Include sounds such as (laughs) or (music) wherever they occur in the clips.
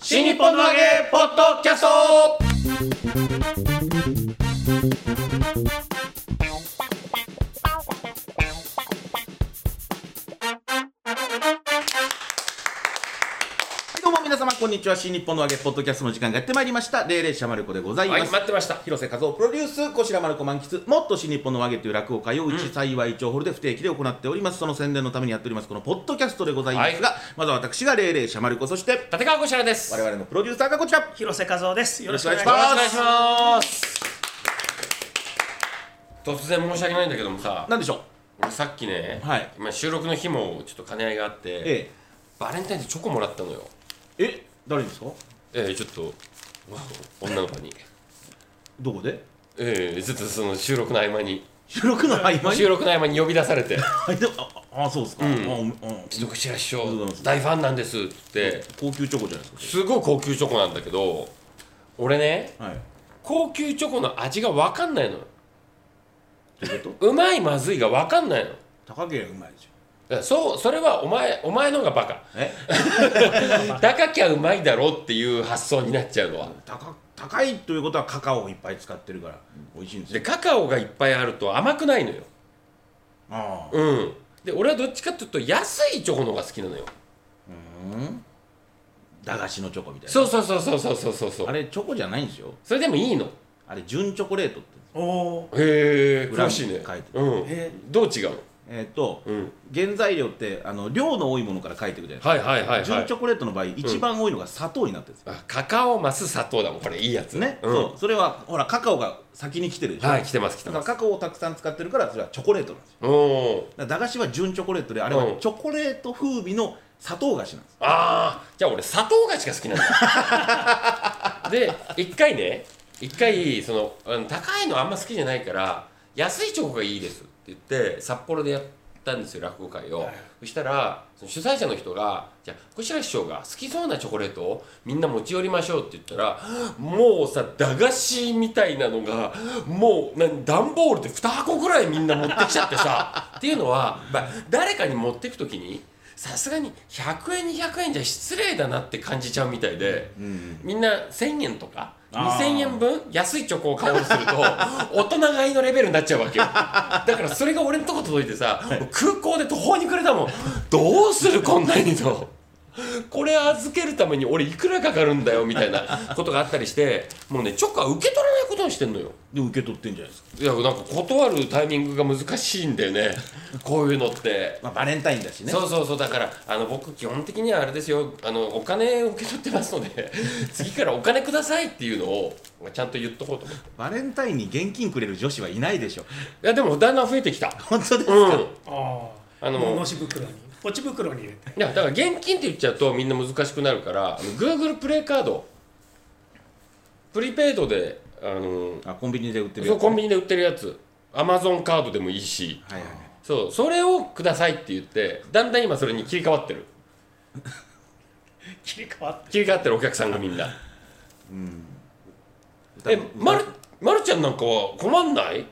新日本の揚げポッドキャストどうも皆様こんにちは新日本の揚げポッドキャストの時間がやってまいりました霊々者まる子でございます、はい、待ってました。広瀬和夫プロデュース、こちらまる子満喫、もっと新日本の和芸という落語会をうち幸い町ホールで不定期で行っております。その宣伝のためにやっております、このポッドキャストでございますが、まずは私が霊々者丸子、そして立川こしらです。我々のプロデューサーがこちら。よ広瀬和夫です。ろよろししくくおお願願いしいしま。ますお願いします。突然申し訳ないんだけどもさ、なんでしょう俺さっきね、はいまあ収録の日もちょっと兼ね合いがあって、えバレンタインでチョコもらったのよ。え。え、誰ですかええちょっとわ女の子に。どこでええずっとその収録の合間に、収録の合間に収録の合間に呼び出されて、あでもああ、そうですか。あうんうんちょっとこしら師ありがとうござ匠います大ファンなんですって、高級チョコじゃないですすごい高級チョコなんだけど、俺ね、か。はい。高級チョコの味がわかんないのよ。ということうまいまずいがわかんないの。高けりゃうまいでしょ。だからそうそれはお前お前の方がバカえ高きゃうまいだろっていう発想になっちゃうのは高高いということはカカオをいっぱい使ってるから、美味しいんですでよ。カカオがいっぱいあると甘くないのよああ。うんで俺はどっちかっていうと安いチョコの方が好きなのよ駄菓子のチョコみたいな。そうそうそうそうそうそうそうそうあれ、チョコじゃないんですよ。それでもいいのへあれ純チョコレートって言うんですおおえ裏詳にしいね書いてるうんえどう違うのえーっと、うん原材料ってあの量の多いものから書いていくじゃないですか、はいはいはいは純いチョコレートの場合一番多いのが砂糖になってるんですよ、あカカオマス砂糖だもんこれいいやつね、うんそうそれはほらカカオが先に来てるでしょ、はい来てます来だてかまらすカカオをたくさん使ってるからそれはチョコレートなんですよおおだから駄菓子は純チョコレートであれはうんチョコレート風味の砂糖菓子なんですああじゃあ俺砂糖菓子が好きなんだ (laughs) で一回ね一回そのあの高いのあんま好きじゃないから安いチョコがいいですって言って札幌でやったんですよ落語会を、そしたらその主催者の人が「じゃあこちら師匠が好きそうなチョコレートをみんな持ち寄りましょう」って言ったらもうさ駄菓子みたいなのがもう何段ボールで2箱ぐらいみんな持ってきちゃってさっていうのは、まあ、誰かに持ってく時にさすがに100円200円じゃ失礼だなって感じちゃうみたいで、みんな1000円とかあー2000円分安いチョコを買おうとする (laughs) と大人買いのレベルになっちゃうわけよだからそれが俺のとこ届いてさ空港で途方に暮れたもんどうするこんなにと。これ預けるために俺いくらかかるんだよみたいなことがあったりしてもうねチョコは受け取らないことにしてんのよで受け取ってんじゃないですか、いやなんか断るタイミングが難しいんだよねこういうのってまあ、バレンタインだしねそうそうそうだからあの僕基本的にはあれですよあのお金を受け取ってますの (laughs) で次からお金くださいっていうのをちゃんと言っとこうと思ってバレンタインに現金くれる女子はいないでしょ (laughs) いやでもだんだん増えてきた本当ですか、うんあああののし袋にポチ袋に入れていやだから現金って言っちゃうとみんな難しくなるからあの Google プレイカードプリペイドであのあコンビニで売ってるそうコビンビニで売ってるやつ Amazon カードでもいいしニはいはいはいそうそれをくださいって言ってだんだん今それに切り替わってる切り替わって切り替わってるお客さんがみんな歌えもまるまるちゃんなんかは困んない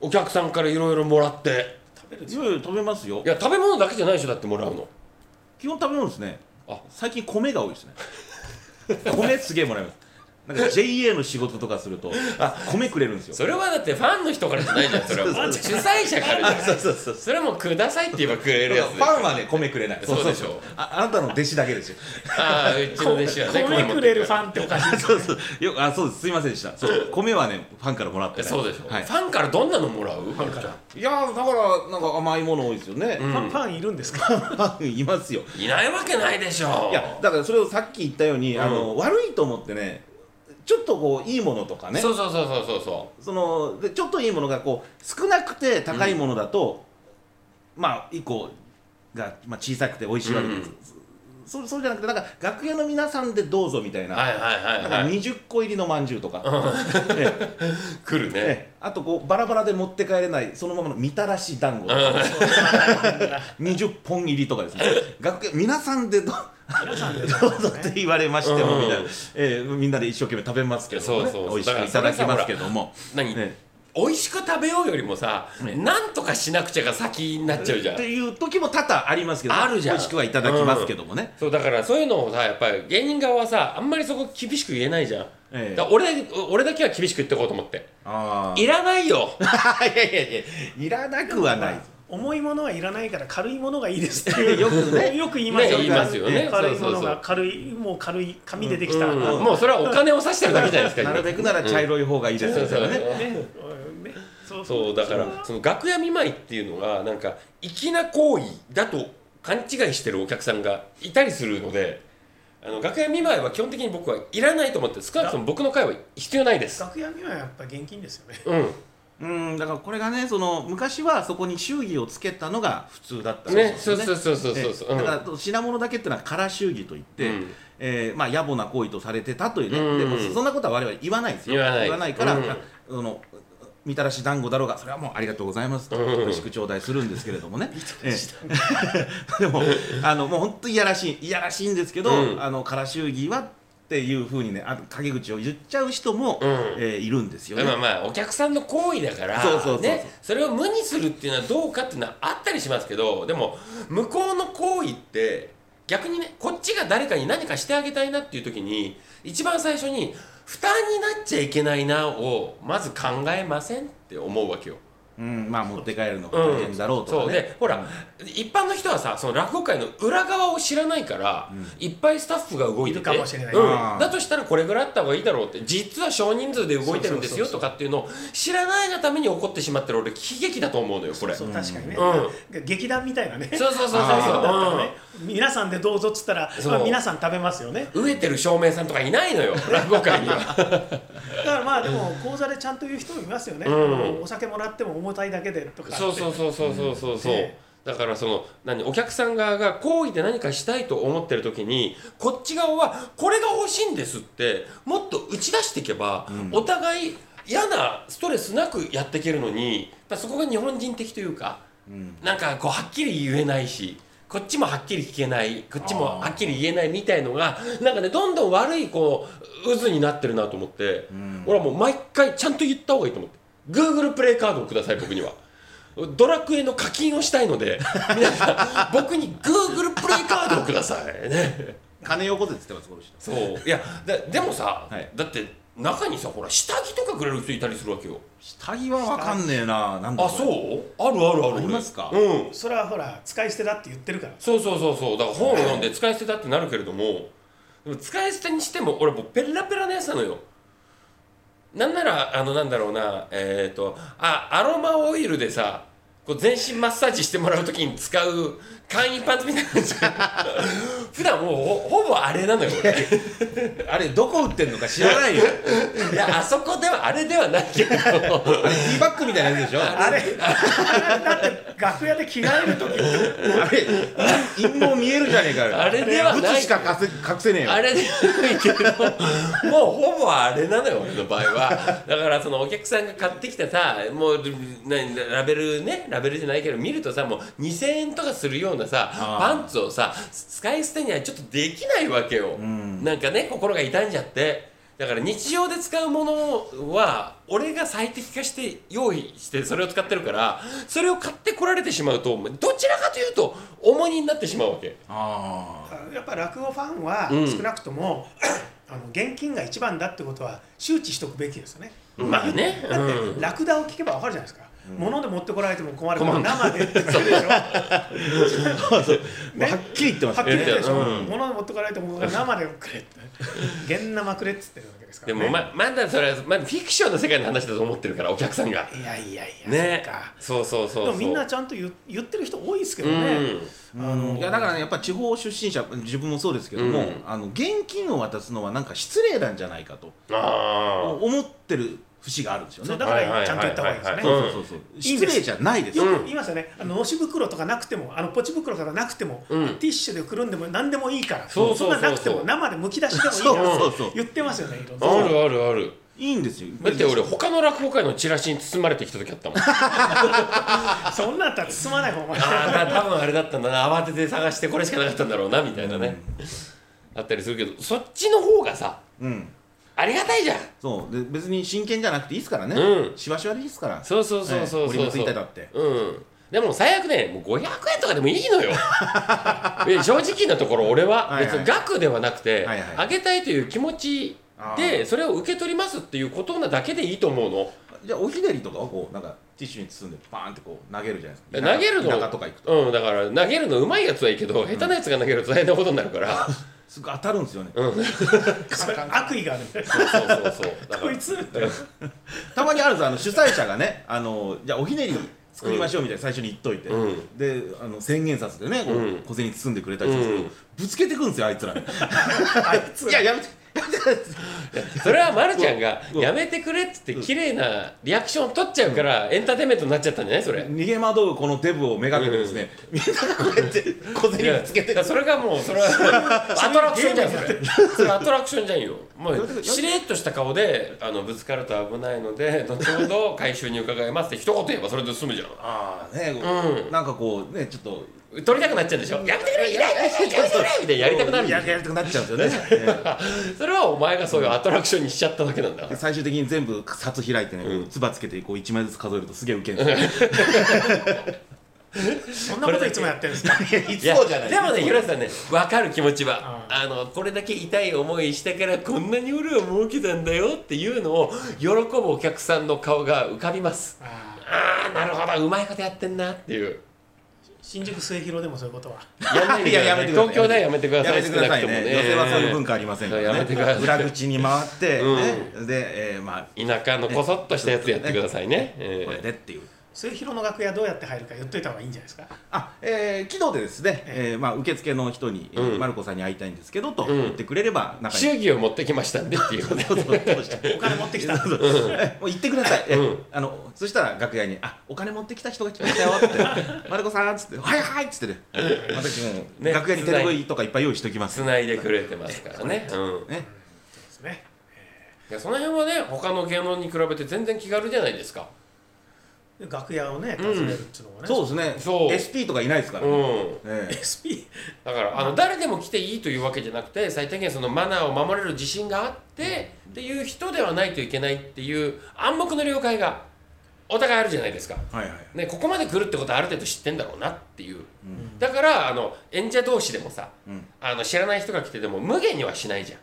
お客さんからいろいろもらって食べるいやいや食べますよいや食べ物だけじゃないでしょだってもらうの基本食べ物ですねあ最近米が多いですね米すげえもらいますなんか JA の仕事とかすると米くれるんですよそれはだってファンの人からじゃないじゃん (laughs) それはもう主催者からじゃんそうそうそうそれはもうくださいって言えばくれるやつフでァンはね米くれないそうでしょああなたの弟子だけですよああうちの弟子はね米くれるファンっておかしいそうそうよあそうですすいませんでした (laughs) そう米はねファンからもらってないそうでしょ、はいフ、ァンからどんなのもらうファンからいやーだからなんか甘いもの多いですよね、パンパンいるんですか (laughs) いますよいないわけないでしょいやだからそれをさっき言ったように、あの悪いと思ってねちょっとこういいものとかねそうそうそうそうそうそそのでちょっといいものがこう少なくて高いものだと、まあ1個が、まあ、小さくて美味しいわけです、そそうじゃなくてなんか楽屋の皆さんでどうぞみたいうな,、はいはいなはんいかはい20個入りのまんじゅうとか、ええ来るねええあとこうバラバラで持って帰れないそのままのみたらし団子とうか、ん20本入りとかですね楽屋皆さんでどう皆さんでどうぞって言われましても、うんみたいな、ええみんなで一生懸命食べますけど、ね、そうそうそう美味しだかくらいただきますけども。何、ええ美味しく食べようよりもさ、ねなんとかしなくちゃが先になっちゃうじゃんっていう時も多々ありますけど、あるじゃん美味しくはいただきますけどもね、そうだからそういうのをさやっぱり芸人側はさあんまりそこ厳しく言えないじゃん、ええだから俺俺だけは厳しく言ってこうと思ってああいらないよ (laughs) いやいやいやいらなくはない重いものはいらないから軽いものがいいですっ (laughs) ていうよくねよく言いますよ,、ね言いますよね軽いもそのうそうそうが軽いもう軽い紙でできた、うんねもうそれはお金を指してるだけじゃないですか (laughs) なるべくなら茶色い方がいいですそうみたそいうなねうんねそうそうそうだからその楽屋見舞いっていうのがなんか粋な行為だと勘違いしてるお客さんがいたりするのであの楽屋見舞いは基本的に僕はいらないと思って少なくとも僕の会は必要ないです楽屋にはやっぱ現金ですよねうんうんだからこれがねその昔はそこに祝儀をつけたのが普通だったんねですそようそうそうそうそうそう、ええうんだから品物だけっていうのは空祝儀といって、うんえーまあ、野暮な行為とされてたというね、うんでもそんなことは我々言わないんですよ言わないから、うんあそのみたらし団子だろうがそれはもうありがとうございますとうん美味しく頂戴するんですけれども (laughs) ね、ええでもあのもう本当いやらしいいやらしいんですけど、うんあの空祝儀はっていうふうにねあの陰口を言っちゃう人も、うんえーいるんですよね。まあまあお客さんの行為だからそうそうそうそうね、それを無にするっていうのはどうかっていうのはあったりしますけどでも向こうの行為って逆にねこっちが誰かに何かしてあげたいなっていう時に一番最初に負担になっちゃいけないなをまず考えませんって思うわけよ。うん、まあ持って帰るのがうん大変だろうとそかうね、でほら、一般の人はさその落語界の裏側を知らないから、いっぱいスタッフが動いているてかもしれないうんあーだとしたらこれぐらいあった方がいいだろうって実は少人数で動いてるんですよとそうそうそうそうかっていうのを知らないがために起こってしまってる俺悲劇だと思うのよこれそそうう確かにね、う劇団みたいなねそうそうそうそうあーだったらね (laughs) 皆さんでどうぞっつったらそうまあ皆さん食べますよねうん飢えてる照明さんとかいないのよ落語界にはだからまあでも口座でちゃんと言う人もいますよね、うんあのお酒もらっても重たいだけでとかそうそうそうそうそうそうそう、ねだからその何お客さん側が好意で何かしたいと思ってる時にこっち側はこれが欲しいんですってもっと打ち出していけば、お互い嫌なストレスなくやっていけるのにやっぱそこが日本人的というか、なんかこうはっきり言えないしこっちもはっきり聞けないこっちもはっきり言えないみたいのがなんかねどんどん悪いこう渦になってるなと思って、俺はもう毎回ちゃんと言った方がいいと思って Google プレイカードをください僕には。ドラクエの課金をしたいので (laughs) 皆さん僕に Google プレイカードをくださいね金よこせっつってますこの人そういやだでもさ、はいだって中にさほら下着とかくれる人いたりするわけよ下着はわかんねえななんだあこれそうあるあるあるありますかうんそれはほら使い捨てだって言ってるからそうそうそうそうだから本を読んで使い捨てだってなるけれどもでも使い捨てにしても俺もうペラペラなやつなのよなんならあのなんだろうなえっ、とあアロマオイルでさこう全身マッサージしてもらう時に使う簡易パンツみたいなやつ (laughs) 普段もうほほぼあれなのよ俺あれどこ売ってんのか知らないよいやあそこではあれではないけどあれティーバッグみたいなやつでしょあれあれだって楽屋で着替える時あれ陰謀見えるじゃねえかよあれではない靴しかかせ隠せねえよ (laughs) あれでいいけどもうほぼあれなのよ俺の場合はだからそのお客さんが買ってきたさもうなラベルねラベルじゃないけど見るとさもう2,000円とかするようなさあパーンツをさ使い捨てにはちょっとできないわけよ、なんかね心が痛んじゃってだから日常で使うものは俺が最適化して用意してそれを使ってるからそれを買ってこられてしまうとどちらかというと重荷になってしまうわけ。あやっぱ落語ファンはうん少なくとも、あの現金が一番だってことは周知しておくべきですよね。まあね、だって、うんラクダを聞けばわかるじゃないですか。物で持ってこられても困るから生でって言う (laughs) でしょ。あ、はっきり言ってますはっきり言ってるでしょ。うん物で持ってこられても生でくれって。現生くれっつってるわけですかでら、ね。もままだそれはまだフィクションの世界の話だと思ってるからお客さんがいやいやいや。ねそっか。そうそうそうそでうもみんなちゃんと言う言ってる人多いですけうどね。んあのいやだからねやっぱ地方出身者自分もそうですけども、うんあの現金を渡すのはなんか失礼なんじゃないかとあ思ってる節があるんですよそうねだだかからはいはいはいはらいちゃんと言った方がいいですね。うんそうそうそう失礼じゃないですよよ、く言いますよね、あののし袋とかなくてもあのポチ袋とかなくても、うんティッシュでくるんでも何でもいいからそうそうそうそうんななくても生でむき出しでもいいからそうそうそう言ってますよねいろんああなるあるあるいいんですよだって俺他の落語界のチラシに包まれてきた時あった (laughs) もんあそんなんだったら包まない方があ (laughs) 多分あれだったんだな慌てて探してこれしかなかったんだろうなみたいなねあったりするけどそっちの方がさうんありがたいじゃんそうで別に真剣じゃなくていいですからね、うしわしわでいいですからそうそうそうそう折そりうもつそ、いうてたってうんでも最悪ねもう500円とかでもい (laughs) いのよえ正直なところ俺ははいはい別に額ではなくて、はいはいあげたいという気持ちあでーそれを受け取りますっていうことなだけでいいと思うのじゃあおひねりとかをこうなんかティッシュに包んでバーンってこう投げるじゃないですか投げるの田舎とか行くとうんだから投げるのうまいやつはいいけど下手なやつが投げると大変なことにな (laughs) るから、すぐ当たるんですよねうん、そうそれ悪意があるそうそうそうだかこらいつたまにあるんですあの主催者がねあのじゃあおひねり作りましょうみたいな最初に言っといて、うであの宣言札でねこううん小銭包んでくれたりするんですけど、ぶつけてくんですよあいつらにあいついややめてやめて (laughs) それはまるちゃんが「うんやめてくれ」っつって綺麗なリアクション取っちゃうからエンターテインメントになっちゃったんじゃないそれ逃げ惑うこのデブをめがけてですね、みんながこうやって小い銭やぶつけてだからそれがもうそれはアトラクションじゃんそれそれアトラクションじゃんよもうしれっとした顔であのぶつかると危ないので後ほど回収に伺いますって一言言えばそれで済むじゃんああね、うんなんかこうねちょっと取りたくなっちゃうんでしょやめてくれいらないいらないいらないいらないみたいなやりたくなるんやだよやりたくなっちゃうんですよね (laughs) ねそれはお前がそういうアトラクションにしちゃっただけなんだで最終的に全部札開いてねうんつば、唾つけてこう1枚ずつ数えるとすげえウケるんですよそんなこといつもやってるんですかいいやつもじゃないでもね、ひろしさんね、分かる気持ちは、うんあのこれだけ痛い思いしたから、こんなに俺は儲けたんだよっていうのを、喜ぶお客さんの顔が浮かびます。あーあー、なるほど、うまいことやってんなっていう。新宿末広でもそういうことはやんないでいくだやさやいめてください東京ではやめてくだやさめい、てくださいね少なくとも女性はそういう文化ありませんからねやめてください裏口に回って、ねで、えーまあ田舎のこそっとしたやつやってくださ (laughs) いね。えこれーでっていう末広の楽屋どうやって入るか言っといた方がいいんじゃないですかあ、えー、昨日でですね、えーまあ、受付の人に、えーうんマルコさんに会いたいんですけどとん言ってくれれば中に、祝儀を持ってきましたんでっていうねそうそうそうしてお金持ってきたそうそうえもう行ってください、えうんあのそしたら楽屋に「あお金持ってきた人が来ましたよ」 (laughs) って「マルコさん」っつって「はいはい」っつってね私もう、ね楽屋に手拭いとかいっぱい用意しておきます、繋いでくれてますか (laughs) らね。うんね、ですねいやその辺はね、他の芸能に比べて全然気軽じゃないですか。楽屋をね訪ねるっていうのがね、そうですねそう SP とかいないですから、うねん。ええ SP だからあの誰でも来ていいというわけじゃなくて最低限そのマナーを守れる自信があってっていう人ではないといけないっていう暗黙の了解がお互いあるじゃないですか、はいはいね、ここまで来るってことはある程度知ってんだろうなっていう、だからあの演者同士でもさ、うんあの知らない人が来てでも無限にはしないじ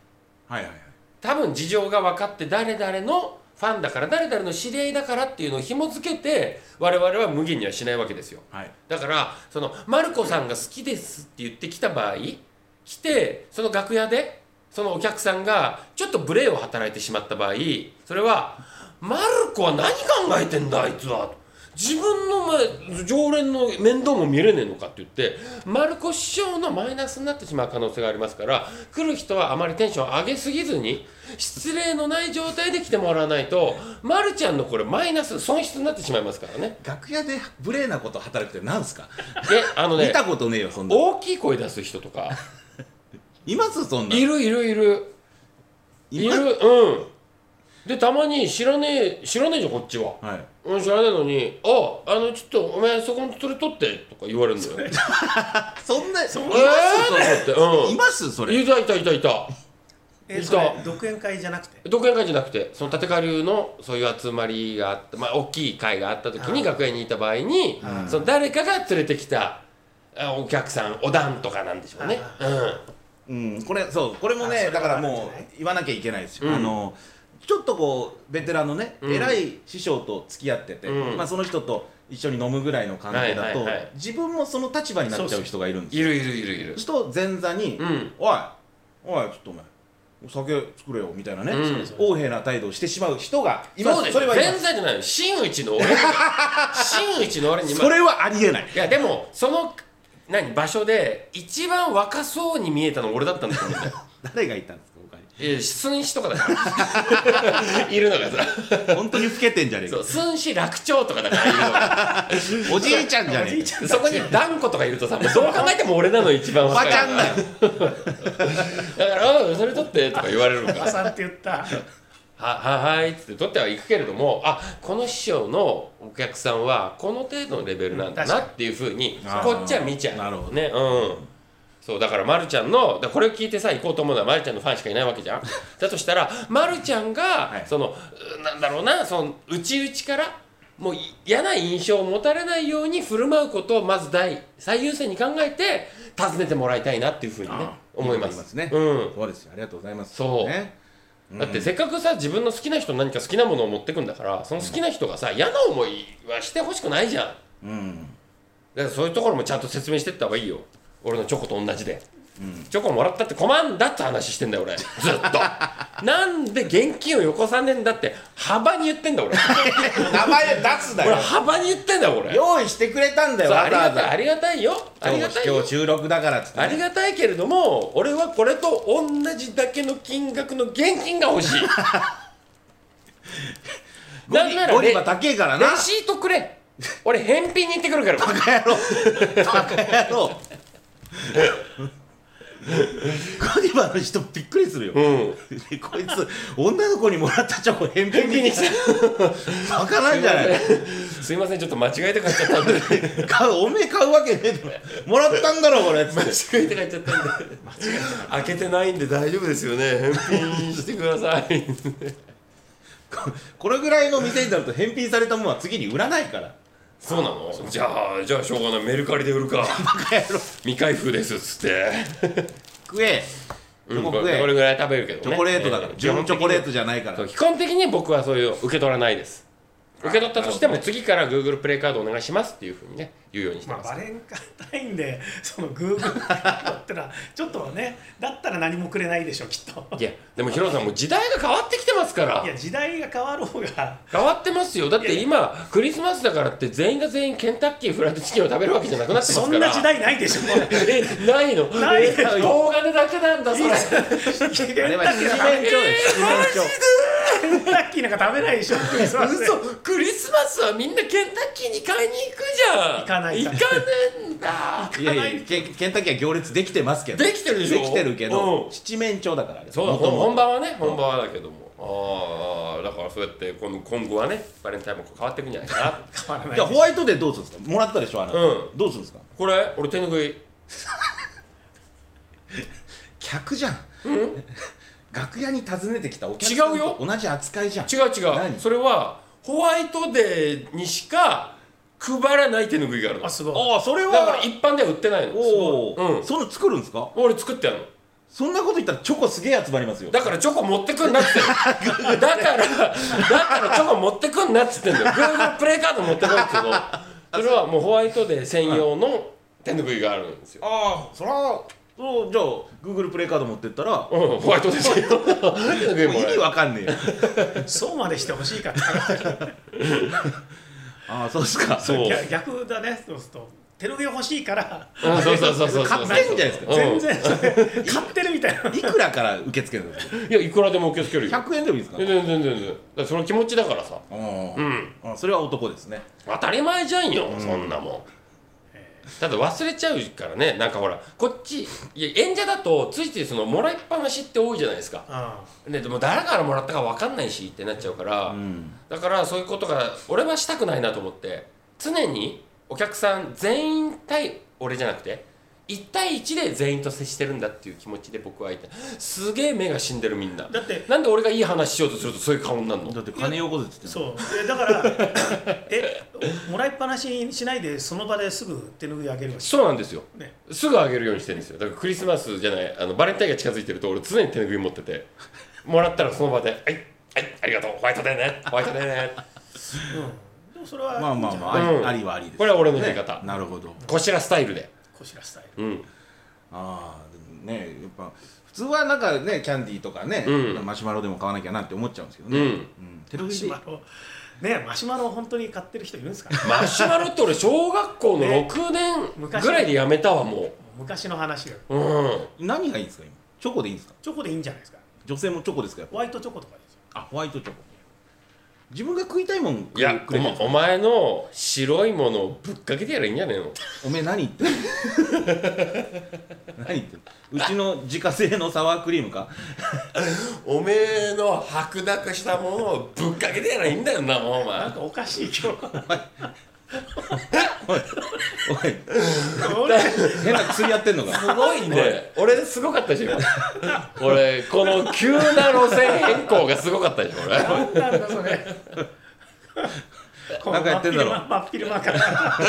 ゃんはいはいはい多分事情が分かって誰々のファンだから誰々の知り合いだからっていうのを紐付けて我々は無限にはしないわけですよはいだからそのマルコさんが好きですって言ってきた場合来てその楽屋でそのお客さんがちょっと無礼を働いてしまった場合それは「マルコは何考えてんだあいつは」自分のま常連の面倒も見れねえのかって言ってマルコ師匠のマイナスになってしまう可能性がありますから来る人はあまりテンション上げすぎずに失礼のない状態で来てもらわないとマルちゃんのこれマイナス損失になってしまいますからね。楽屋で無礼なこと働くってなんですかであのね見たことねえよそんなの大きい声出す人とかいますそんないのる (laughs) いるいるいるますうんでたまに知らねえ知らねえじゃんこっちは、はいうん、知らねえのに「ああのちょっとお前そこのそれ取って」とか言われるん (laughs) だよ「ええそんなそんなー!」とかい言ってますそうんれいたいたいたいたえいたそれ独演会じゃなくて独演会じゃなくてその立川流のそういう集まりがあった、まあ、大きい会があった時にあー学園にいた場合にあーその誰かが連れてきたあお客さんお団とかなんでしょうねうんうんこれそうこれもあそねれだはからあるんもじゃないう言わなきゃいけないですよ、うんあのちょっとこうベテランのね、うん偉い師匠と付き合ってて、うんまあ、その人と一緒に飲むぐらいの関係だと、はいはいはい自分もその立場になっちゃう人がいるんですいよるいるいるいるそうすると前座に、うんおいおいちょっとお前お酒作れよみたいなね、うん横柄な態度をしてしまう人がいまそうですすそよれはいま全す然じゃないよ真打ち (laughs) の俺に真打ちの俺に今それはありえないいやでもその何場所で一番若そうに見えたの俺だったんだと思うんだよ誰がいたんですか他に (laughs) いや寸志とかだから (laughs) いるのがさ本当に老けてんじゃねえそかう寸志楽長とかだからいる (laughs) のがおじいちゃんじゃねおじえいかちゃんそこに断固とかいるとさもうどう考えても俺なの一番おば若いちゃんだ (laughs) よだからうん「それ取って」とか言われるかおらばさんって言ったはははいっつって取ってはいくけれどもあこの師匠のお客さんはこの程度のレベルなんだうん確なかっていうふうにあーこっちは見ちゃうなるほどねうんそうだからまるちゃんのだからこれを聞いてさ行こうと思うのはまるちゃんのファンしかいないわけ (laughs) じゃんだとしたらまるちゃんが、いそのうなんだろうなその内々からもうい嫌な印象を持たれないように振る舞うことをまず第最優先に考えて訪ねてもらいたいなっていうふうにねあー思いまいいすと思いますねうん、そうですよありがとうございますそうねだってせっかくさ自分の好きな人の何か好きなものを持ってくんだからその好きな人がさ嫌な思いはしてほしくないじゃんだかうんらそういうところもちゃんと説明してった方がいいよ俺のチョコと同じで、チョコもらったって困んだって話してんだよ俺ずっと (laughs) なんで現金をよこさねえんだって幅に言って (laughs) んだ俺名前出すな俺よ幅に言ってんだよ俺用意してくれたんだそようあわりざわがたいあざりがたいよあり今がたい日よ今日収録だからっつってありがたいけれども俺はこれと同じだけの金額の現金が欲しい (laughs) ゴなんリなゴらリレは高えからなレシートくれ俺返品に行ってくるからバカ野郎ゴディバの人びっくりするよ、うんでこいつ女の子にもらったチョコ返品に (laughs) すいバカなんじゃない (laughs) すいませんちょっと間違えて買っ (laughs) ちゃったんで買うおめえ買うわけねえだろもらったんだろこれっつって間違えて買っちゃったんで開けてないんで大丈夫ですよね返品してください (laughs) これぐらいの店になると返品されたものは次に売らないからそうなのじゃあじゃあしょうがないメルカリで売るか未開封ですっつって食えチうんョコこ食え、れぐらい食べるけどねチョコレートだからええ純チョコレートじゃないからそう基本的に僕はそういうの受け取らないです受け取ったとしても次から Google プレイカードお願いしますっていうふうにね言うようにしてまあ、ます、バレンタインで (laughs) そのグーグルってのは (laughs) ちょっとはねだったら何もくれないでしょきっといやでもヒロさんもう時代が変わってきてますからいや時代が変わろうが変わってますよだって今クリスマスだからって全員が全員ケンタッキーフライドチキンを食べるわけじゃなくなってますからそんな時代ないでし (laughs) ょえないのないでしょえ大金だけなんだそれあれは七面鳥です七面鳥ラッキーなんか食べないでしょクリスマスで嘘クリスマスはみんなケンタッキーに買いに行くじゃん行かない行かねえんだいやいやケンケンタッキーは行列できてますけどできてるでしょできてるけうどん七面鳥だからあれそうだ元々本番はね本番はだけどもああだからそうやって今今後はねバレンタインも変わっていくんじゃないかな変わらないいやホワイトデーどうするんですかもらったでしょあなた、うどうするんですかこれ俺手ぬぐい客じゃん、 (laughs) 楽屋に訪ねてきたお客さん違うよと同じ扱いじゃん違う違う何それはホワイトデーにしか配らない手ぬぐいがあるのあすごいああそれだはから一般では売ってないのおお、うんそんな作るんですか俺作ってやるのそんなこと言ったらチョコすげえ集まりますよだからチョコ持ってくんなっつってんのだからだからチョコ持ってくんなっつってんの Google プレイカード持ってこいっつうのそれはもうホワイトデー専用の手ぬぐいがあるんですよああそらそうじゃあ Google プレイカード持ってったら、うんホワイトデー専用の手ぬぐいもうも意らえ味るわかんねえよそうまでしてほしいから (laughs) ああそうっすかそ (laughs) う逆逆だねそうすると手の上欲しいからうんそうそうそうそうそう買ってんじゃないですかうん全然それ買ってるみたいないくらから受け付けるんですかいやいくらでも受け付けるよ100円でもいいですか全然全然全然だからその気持ちだからさあうーんあそれは男ですね当たり前じゃんよ、そんなもんただ忘れちゃうからねなんかほらこっちいや演者だとついついそのもらいっぱなしって多いじゃないですか、あね、でも誰からもらったか分かんないしってなっちゃうから、んだからそういうことが俺はしたくないなと思って常にお客さん全員対俺じゃなくて1対1で全員と接してるんだっていう気持ちで僕はいてすげえ目が死んでるみんなだってなんで俺がいい話しようとするとそういう顔になるのだって金よこせっつってんのそうえだからえもらいっぱなしにしないでその場ですぐ手ぬぐいあげるわしそうなんですよねすぐあげるようにしてるんですよだからクリスマスじゃないあのバレンタインが近づいてると俺常に手拭い持っててもらったらその場で「はいはいありがとうホワイトデーねホワイトデーねうんでもそれはまあまあまあ、うんありありはありです、これは俺のやり方ねなるほど」こちらスタイルでこしらスタイルうんああでもねやっぱ普通はなんかねキャンディーとかね、うんマシュマロでも買わなきゃなって思っちゃうんですけどうね、んうん手拭マシュいでマロねマシュマロを本当に買ってる人いるんですかねマシュマロって俺小学校のね6年ぐらいでやめたわも昔の話がううん何がいいんですか今チョコでいいんですかチョコでいいんじゃないですか女性もチョコですかやっぱホワイトチョコとかですよあホワイトチョコ自分が食いたいもんくいれやくおれてるんで前すかお前の白いものをぶっかけてやればいいんじゃねえのおめえ何言 (laughs) ってる何言ってるうちの自家製のサワークリームかおめえの白濁したものをぶっかけてやればいいんだよなもうお前なんかおかしい今日おいおい俺変な薬やってんのかすごいね俺すごかったでしょ今俺この急な路線変更がすごかったでしょ俺なんなんだそれ。なんかやってんだろこの真っ昼間真っ昼間から。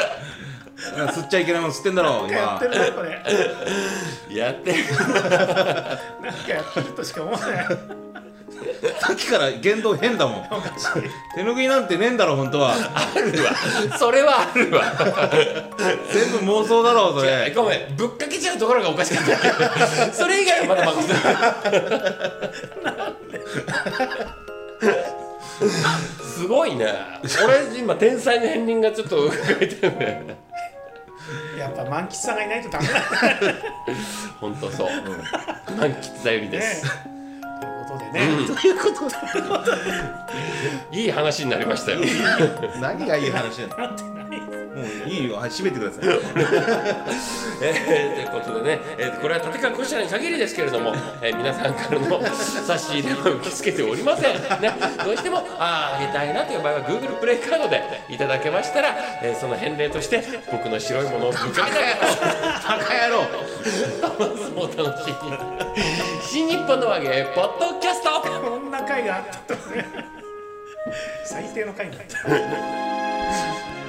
吸っちゃいけないもの吸ってんだろ今やってるなこれ。やってるなんかやってるとしか思わない。さっきから言動変だもんおかしい。手ぬぐいなんてねえんだろ本当はあるわそれはあるわ全部妄想だろそれごめんぶっかけちゃうところがおかしかった (laughs) それ以外はまだまですごいね俺今天才の片鱗がちょっと浮かれてるねやっぱ満喫さんがいないとダメなんだ本当そう満喫だよりでね (laughs) す、。ということでね。ということでいい話になりましたよ何がいい話なのなってない。もういいよはい閉めてくださいえーということでね、えーこれは立川こしらに限りですけれども、えー皆さんからの差し入れは受け付けておりません、ね、どうしてもあーあげたいなという場合は Google プレイカードでいただけましたら、えーその返礼として僕の白いものをぶっかけバカ野郎 (laughs) お楽しみに新日本の和芸ポッドキャストこんな回があったとはね。最低の回になった。